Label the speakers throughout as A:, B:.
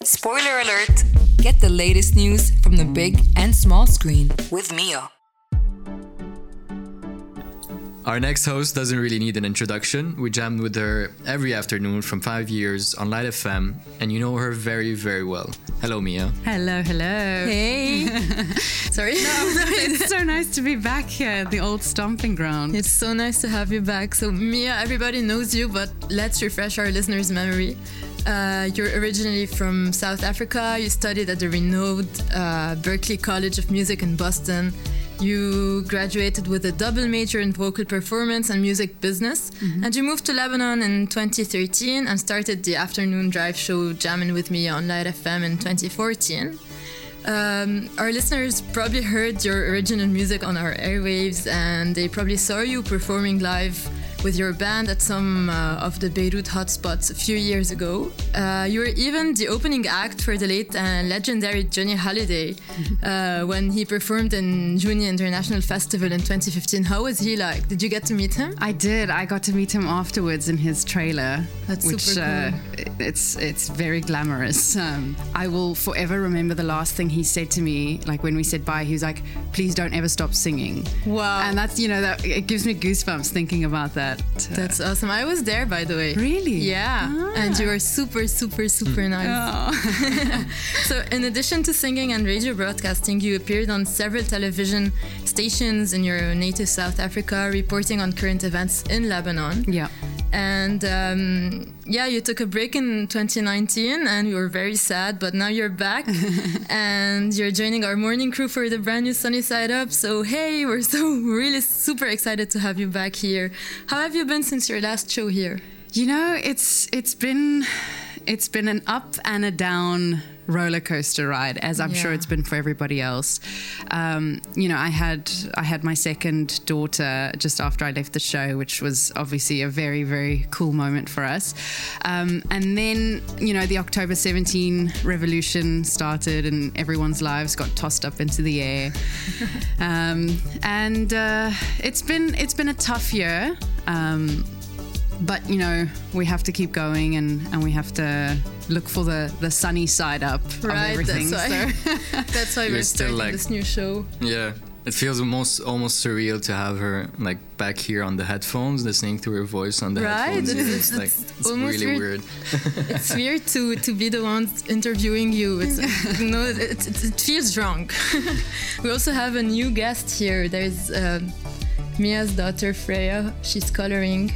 A: Spoiler alert
B: Get the latest news from the big and small screen.
A: with Mio.
C: Our next host doesn't really need an introduction. We jammed with her every afternoon from five years on Light FM, and you know her very, very well. Hello, Mia.
D: Hello, hello.
E: Hey. Sorry.
D: It's so nice to be back here at the old stomping ground.
E: It's so nice to have you back. So, Mia, everybody knows you, but let's refresh our listeners' memory. Uh, you're originally from South Africa. You studied at the renowned uh, Berklee College of Music in Boston. You graduated with a double major in vocal performance and music business.
D: Mm-hmm.
E: And you moved to Lebanon in 2013 and started the afternoon drive show Jammin' With Me on Light FM in 2014. Um, our listeners probably heard your original music on our airwaves and they probably saw you performing live with your band at some uh, of the Beirut hotspots a few years ago. Uh, you were even the opening act for the late and legendary Johnny Holiday uh, when he performed in Juni International Festival in 2015. How was he like? Did you get to meet him?
D: I did. I got to meet him afterwards in his trailer.
E: That's
D: which,
E: super
D: Uh, it's it's very glamorous. Um, I will forever remember the last thing he said to me, like when we said bye. He was like, "Please don't ever stop singing."
E: Wow.
D: And that's you know that it gives me goosebumps thinking about that. Uh,
E: That's awesome. I was there, by the way.
D: Really? Ah.
E: Yeah. And you were super, super, super nice.
D: Oh.
E: so, in addition to singing and radio broadcasting, you appeared on several television stations in your native South Africa, reporting on current events in Lebanon.
D: yeah.
E: And um, yeah, you took a break in 2019 and you were very sad, but now you're back and you're joining our morning crew for the brand new Sunny Side Up. So, hey, we're so really super excited to have you back here. How have you been since your last show here?
D: You know, it's it's been it's been an up and a down roller coaster ride, as I'm sure
E: Yeah.
D: it's been for everybody else. Um, you know, I had I had my second daughter just after I left the show, which was obviously a very very cool moment for us. Um, and then you know the October 17 revolution started, and everyone's lives got tossed up into the air. um, and uh, it's been it's been a tough year. Um, but you know we have to keep going and and we have to look for the the sunny side up of
E: Right,
D: everything
E: that's why. That's why we're
C: You're still,
E: starting
C: like-
E: this new show.
C: Yeah, it feels almost almost surreal to have her like back here on the headphones, listening to her voice on the
E: Right,
C: headphones.
E: it's-
C: Yeah,
E: it's-
C: like
E: it's
C: it's
E: almost
C: really
E: weird.
C: weird.
E: It's weird to to be the ones interviewing you. It's, no, it, it, it feels wrong. we also have a new guest here. There's um Mia's daughter Freya. She's coloring.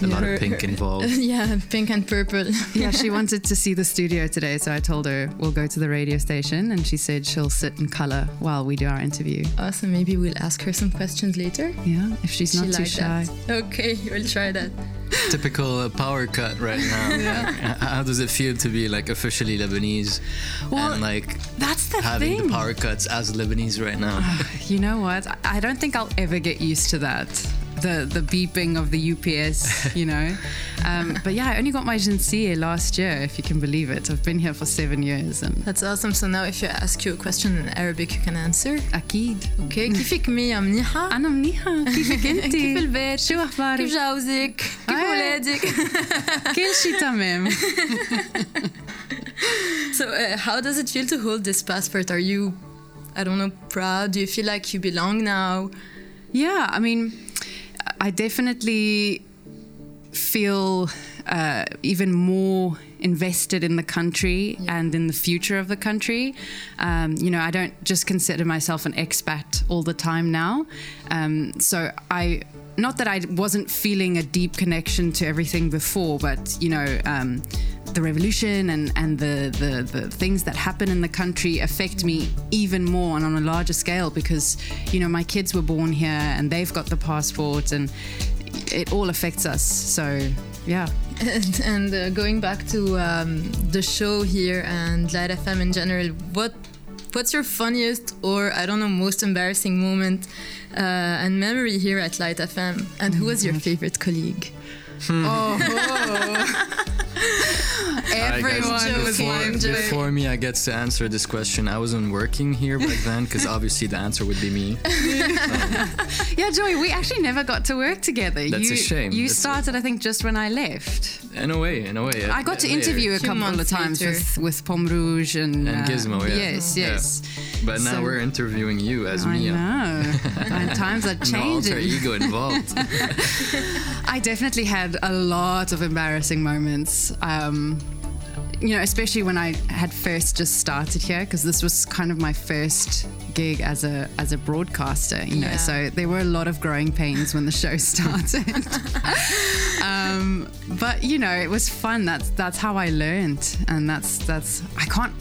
C: A lot of pink involved.
E: Yeah, pink and purple.
D: yeah she wanted to see the studio today so i told her we'll go to the radio station and she said she'll sit and color while we do our interview
E: Awesome. Maybe we'll ask her some questions later.
D: yeah if she's
E: She
D: not too
E: liked
D: shy
E: that. Okay, we'll try that.
C: Typical uh, power cut right now. Like, h- How does it feel to be like officially Lebanese
D: Well,
C: and like
D: that's the
C: having
D: thing
C: the power cuts as Lebanese right now?
D: you know what I- i don't think i'll ever get used to that the, the beeping of the UPS, you know. Um, but yeah, I only got my Jinsie last year, if you can believe it. I've been here for seven years and
E: That's awesome. So now if I ask you a question in Arabic, you can answer.
D: أكيد
E: Okay, كيفك ميا منيحة؟
D: انا منيحه كيفك انت
E: كيف البيت؟
D: شو
E: كيف
D: اخبارك
E: جوزك؟ كيف
D: آه.
E: ولادك؟
D: كل شيء تمام
E: So, uh, how does it feel to hold this passport? Are you, I don't know, proud? Do you feel like you belong now?
D: Yeah, I mean, I definitely feel uh, even more invested in the country and in the future of the country. Um, you know, I don't just consider myself an expat all the time now. Um, so I. Not that I wasn't feeling a deep connection to everything before, but you know, um, the revolution and, and the, the, the things that happen in the country affect me even more and on a larger scale because, you know, my kids were born here and they've got the passport and it all affects us. So, yeah.
E: And, and uh, going back to um, the show here and Light FM in general, what what's your funniest or I don't know most embarrassing moment uh, and memory here
D: Mm-hmm.
E: at Light FM? And who was your favorite colleague?
C: Hi, guys.
D: Everyone was
C: before,
D: lime juice.
C: before me, I get to answer this question. I wasn't working here back then because obviously the answer would be me.
D: Yeah, Joey, we actually never got to work together.
C: That's a
D: you,
C: shame.
D: You
C: That's a-
D: started, I think, just when I left.
C: In a way, in a way.
D: I got to
C: later.
D: interview a
E: Few
D: couple of
E: months
D: times
E: later.
D: with, with Pom Rouge and, uh,
C: And Gizmo, yeah.
D: Yes,
C: Yeah.
D: yes.
C: But now
D: so-
C: we're interviewing you as
D: I
C: Mia.
D: know. and times are
C: No alter
D: changing.
C: ego involved.
D: I definitely had a lot of embarrassing moments. Um, you know, especially when I had first just started here, because this was kind of my first gig as a as a broadcaster. You know,
E: Yeah.
D: so there were a lot of growing pains when the show started. um, but you know, it was fun. That's that's how I learned, and that's that's I can't.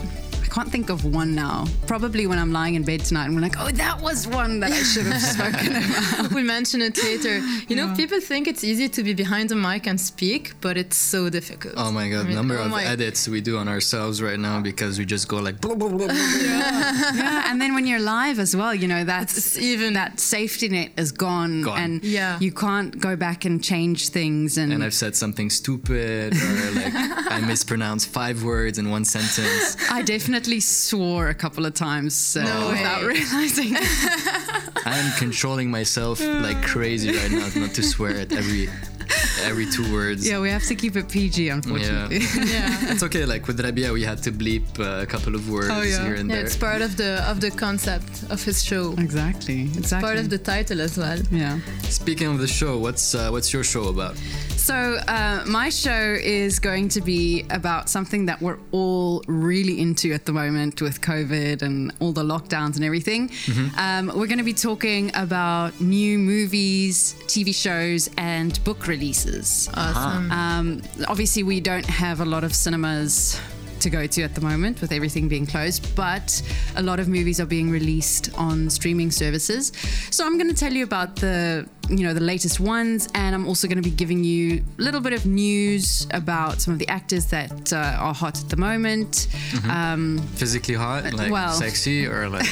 D: I can't think of one now. Probably when I'm lying in bed tonight and we're like, oh, that was one that I should have spoken about.
E: we'll mention it later. You know, people think it's easy to be behind the mic and speak, but it's so difficult.
C: Oh my god,
E: I mean,
C: number
E: oh
C: of
E: my-
C: edits we do on ourselves right now because we just go like blah, blah, blah, blah,
D: yeah, and then when you're live as well, you know that's
E: It's even
D: that safety net is gone,
C: Gone.
D: and
E: Yeah.
D: you can't go back and change things. And,
C: and I've said something stupid or like I mispronounced five words in one sentence.
D: I definitely swore a couple of times uh,
E: No
D: without
E: way.
D: realizing.
C: I'm controlling myself like crazy right now not to swear at every every two words.
D: yeah, we have to keep it PG, unfortunately.
E: yeah.
C: It's okay. Like with Rabia, we had to bleep uh, a couple of words
D: Oh, yeah.
C: here and
E: Yeah,
C: there.
E: it's part of the of the concept of his show.
D: exactly. Exactly.
E: Part of the title as well.
D: yeah.
C: Speaking of the show, what's uh, what's your show about?
D: So, uh, my show is going to be about something that we're all really into at the moment with COVID and all the lockdowns and everything. Um, we're going to be talking about new movies, TV shows, and book releases.
E: Awesome.
D: Um, obviously, we don't have a lot of cinemas to go to at the moment with everything being closed, but a lot of movies are being released on streaming services. So I'm going to tell you about the you know the latest ones, and I'm also going to be giving you a little bit of news about some of the actors that uh, are hot at the moment. Um,
C: Physically hot, like
D: well.
C: sexy, or like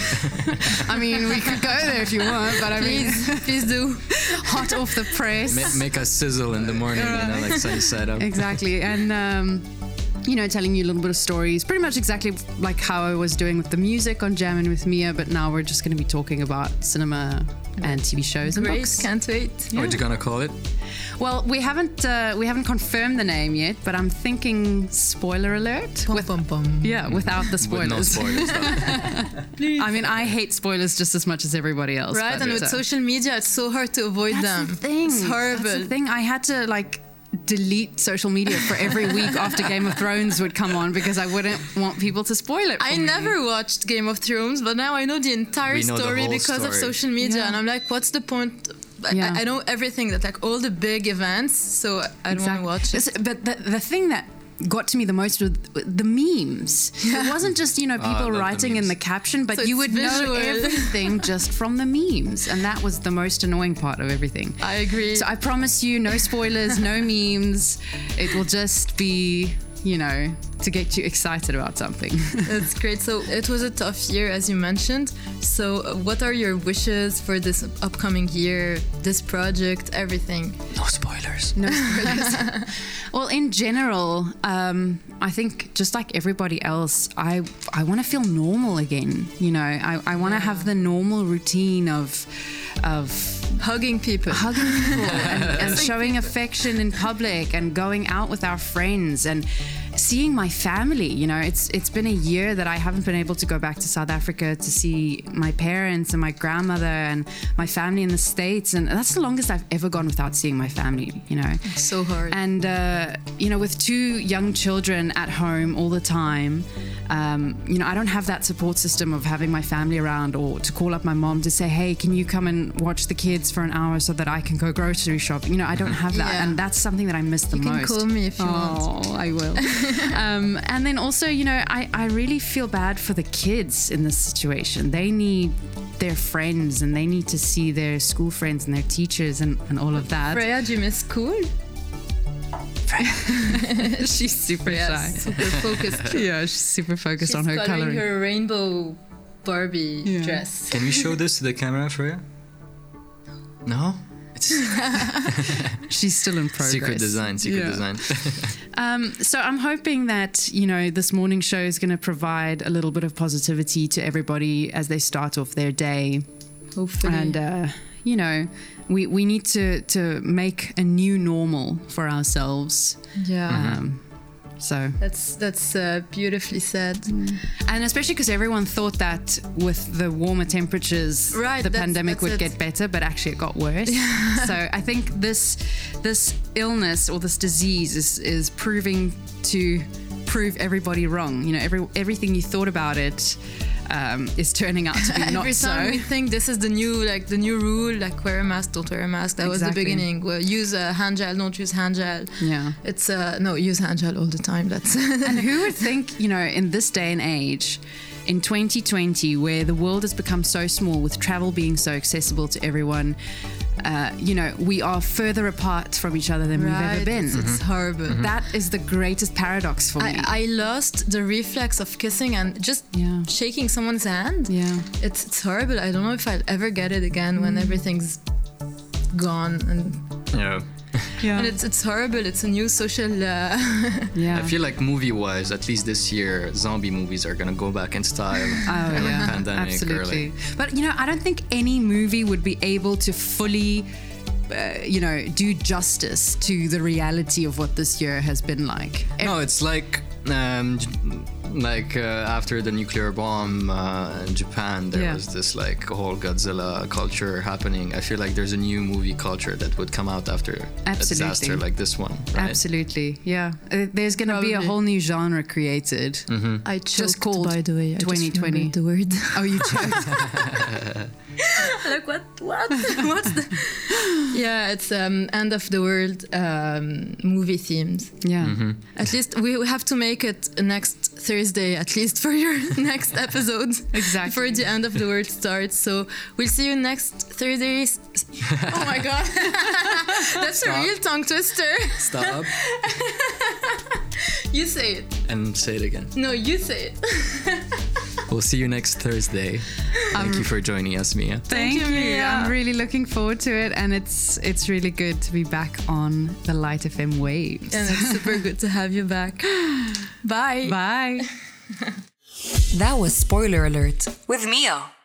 D: I mean, we could go there if you want, but I mean,
E: Please, please do.
D: hot off the press.
C: ma- make us sizzle in the morning, you know, like sunny side up.
D: exactly and um, you know telling you a little bit of stories pretty much exactly like how i was doing with the music on jamming with mia but now we're just going to be talking about cinema and tv shows and
E: Great,
D: books
E: can't wait.
D: Oh,
C: What you gonna call it?
D: well we haven't uh, we haven't confirmed the name yet but i'm thinking spoiler alert
E: Pom pom pom.
D: yeah without the
C: With
D: spoilers
C: no spoilers. though.
D: i mean i hate spoilers just as much as everybody else
E: Right,
D: but,
E: and with
D: uh,
E: social media, it's so hard to avoid them.
D: That's the thing.
E: It's
D: That's
E: horrible.
D: the thing. I had to like delete social media for every week after Game of Thrones would come on because I wouldn't want people to spoil it. For
E: I
D: me.
E: never watched Game of Thrones, but now I know the entire
C: We know the
E: story
C: whole
E: because of
C: story.
E: social media,
D: Yeah.
E: and I'm like, what's the point? I,
D: Yeah.
E: I, I know everything that like all the big events, so I don't want to watch it.
D: It's- But the, the thing that got to me the most was the memes. It wasn't just you know
C: Oh, I
D: people
C: love the
D: writing in
C: memes.
D: the caption, but
E: So
D: you
E: it's
D: would know
E: visual.
D: everything just from the memes, and that was the most annoying part of everything.
E: I agree.
D: So I promise you, no spoilers, no memes. It will just be you know to get you excited about something.
E: That's great. So it was a tough year, as you mentioned. So uh, what are your wishes for this upcoming year, this project, everything?
C: no spoilers.
D: No spoilers. well, in general, um, I think just like everybody else, I I want to feel normal again. You know, I, I want to have the normal routine of of
E: Hugging people.
D: hugging people and, and showing affection in public and going out with our friends and seeing my family you know it's it's been a year that i haven't been able to go back to south africa to see my parents and my grandmother and my family in the states and that's the longest i've ever gone without seeing my family you know
E: so hard.
D: and uh, you know with two young children at home all the time um, you know i don't have that support system of having my family around or to call up my mom to say hey can you come and watch the kids for an hour so that i can go grocery shopping you know i don't have that
E: Yeah.
D: and that's something that i miss the
E: You can
D: most
E: call me if you want.
D: Oh, I will. um, and then also, you know, I, I really feel bad for the kids in this situation. They need their friends and they need to see their school friends and their teachers and, and all of that.
E: Freya, do you miss school?
D: She's super
E: Yes. Super focused.
D: shy. Yeah, she's super focused
E: She's
D: on her
E: coloring
D: coloring.
E: her rainbow Barbie
D: Yeah.
E: dress.
C: Can we show this to the camera, Freya? No. It's
D: She's still in progress.
C: secret design. Secret
D: Yeah.
C: design.
D: Um, so I'm hoping that you know this morning show is going to provide a little bit of positivity to everybody as they start off their day,
E: Hopefully.
D: and uh, you know we we need to to make a new normal for ourselves.
E: yeah.
C: Mm-hmm.
D: Um, so
E: uh, uh-huh. That's that's uh, beautifully said.
D: and especially because everyone thought that with the warmer temperatures,
E: Right,
D: the
E: that's-
D: pandemic
E: that's
D: would
E: it.
D: get better, but actually it got worse. so I think this this illness or this disease is is proving to prove everybody wrong. You know, every everything you thought about it um, is turning out to be not
E: Every time
D: so.
E: we think this is the new like the new rule, like wear a mask, don't wear a mask. That was the
D: Exactly.
E: beginning. Well, use a hand gel, don't use hand gel.
D: Yeah.
E: It's uh no, use hand gel all the time. That's
D: and who would think, you know, in this day and age, in 2020, where the world has become so small, with travel being so accessible to everyone, uh, you know, we are further apart from each other than we've
E: Right,
D: ever been. Mm-hmm.
E: It's, it's horrible.
D: That is the greatest paradox for
E: I,
D: me.
E: uh, I lost the reflex of kissing and just
D: Yeah.
E: shaking someone's hand.
D: yeah. Mm.
E: It's, it's horrible. I don't know if I'll ever get it again when everything's gone and,
C: Yeah.
D: Yeah.
E: and it's, it's horrible. It's a new social. Uh,
D: yeah.
C: I feel like movie-wise, at least this year, zombie movies are gonna go back in style.
D: Oh,
C: Like
D: yeah.
C: pandemic
D: Absolutely. But, you know, I don't think any movie would be able to fully, uh, you know, do justice to the reality of what this year has been like.
C: No, it's like um, j- like uh, after the nuclear bomb uh, in Japan, there
D: Yeah.
C: was this like whole Godzilla culture happening. I feel like there's a new movie culture that would come out after
D: Absolutely.
C: a disaster like this one. Right?
D: Absolutely, yeah. Uh, there's going to be a
E: Probably.
D: whole new genre created.
C: Mm-hmm.
E: I choked,
D: called
E: by the way. I just
D: 2020.
E: remembered the word.
D: Oh, you joked.
E: like what? What? What's the? Yeah, it's um, end of the world um, movie themes.
D: yeah.
E: At least we we have to make it next Thursday, at least for your next episode.
D: Exactly.
E: Before the end of the world starts. So we'll see you next Thursday. S- Oh my god. That's a
C: Stop.
E: real tongue twister.
C: Stop
E: You say it.
C: and say it again.
E: No, you say it.
C: We'll see you next Thursday. Thank you
D: Um,
C: for joining us, Mia.
D: Thank,
E: you,
D: you.
E: Mia.
D: I'm really looking forward to it, and it's it's really good to be back on the Light FM waves.
E: And it's super good to have you back. Bye.
D: Bye.
B: That was Spoiler Alert with Mia.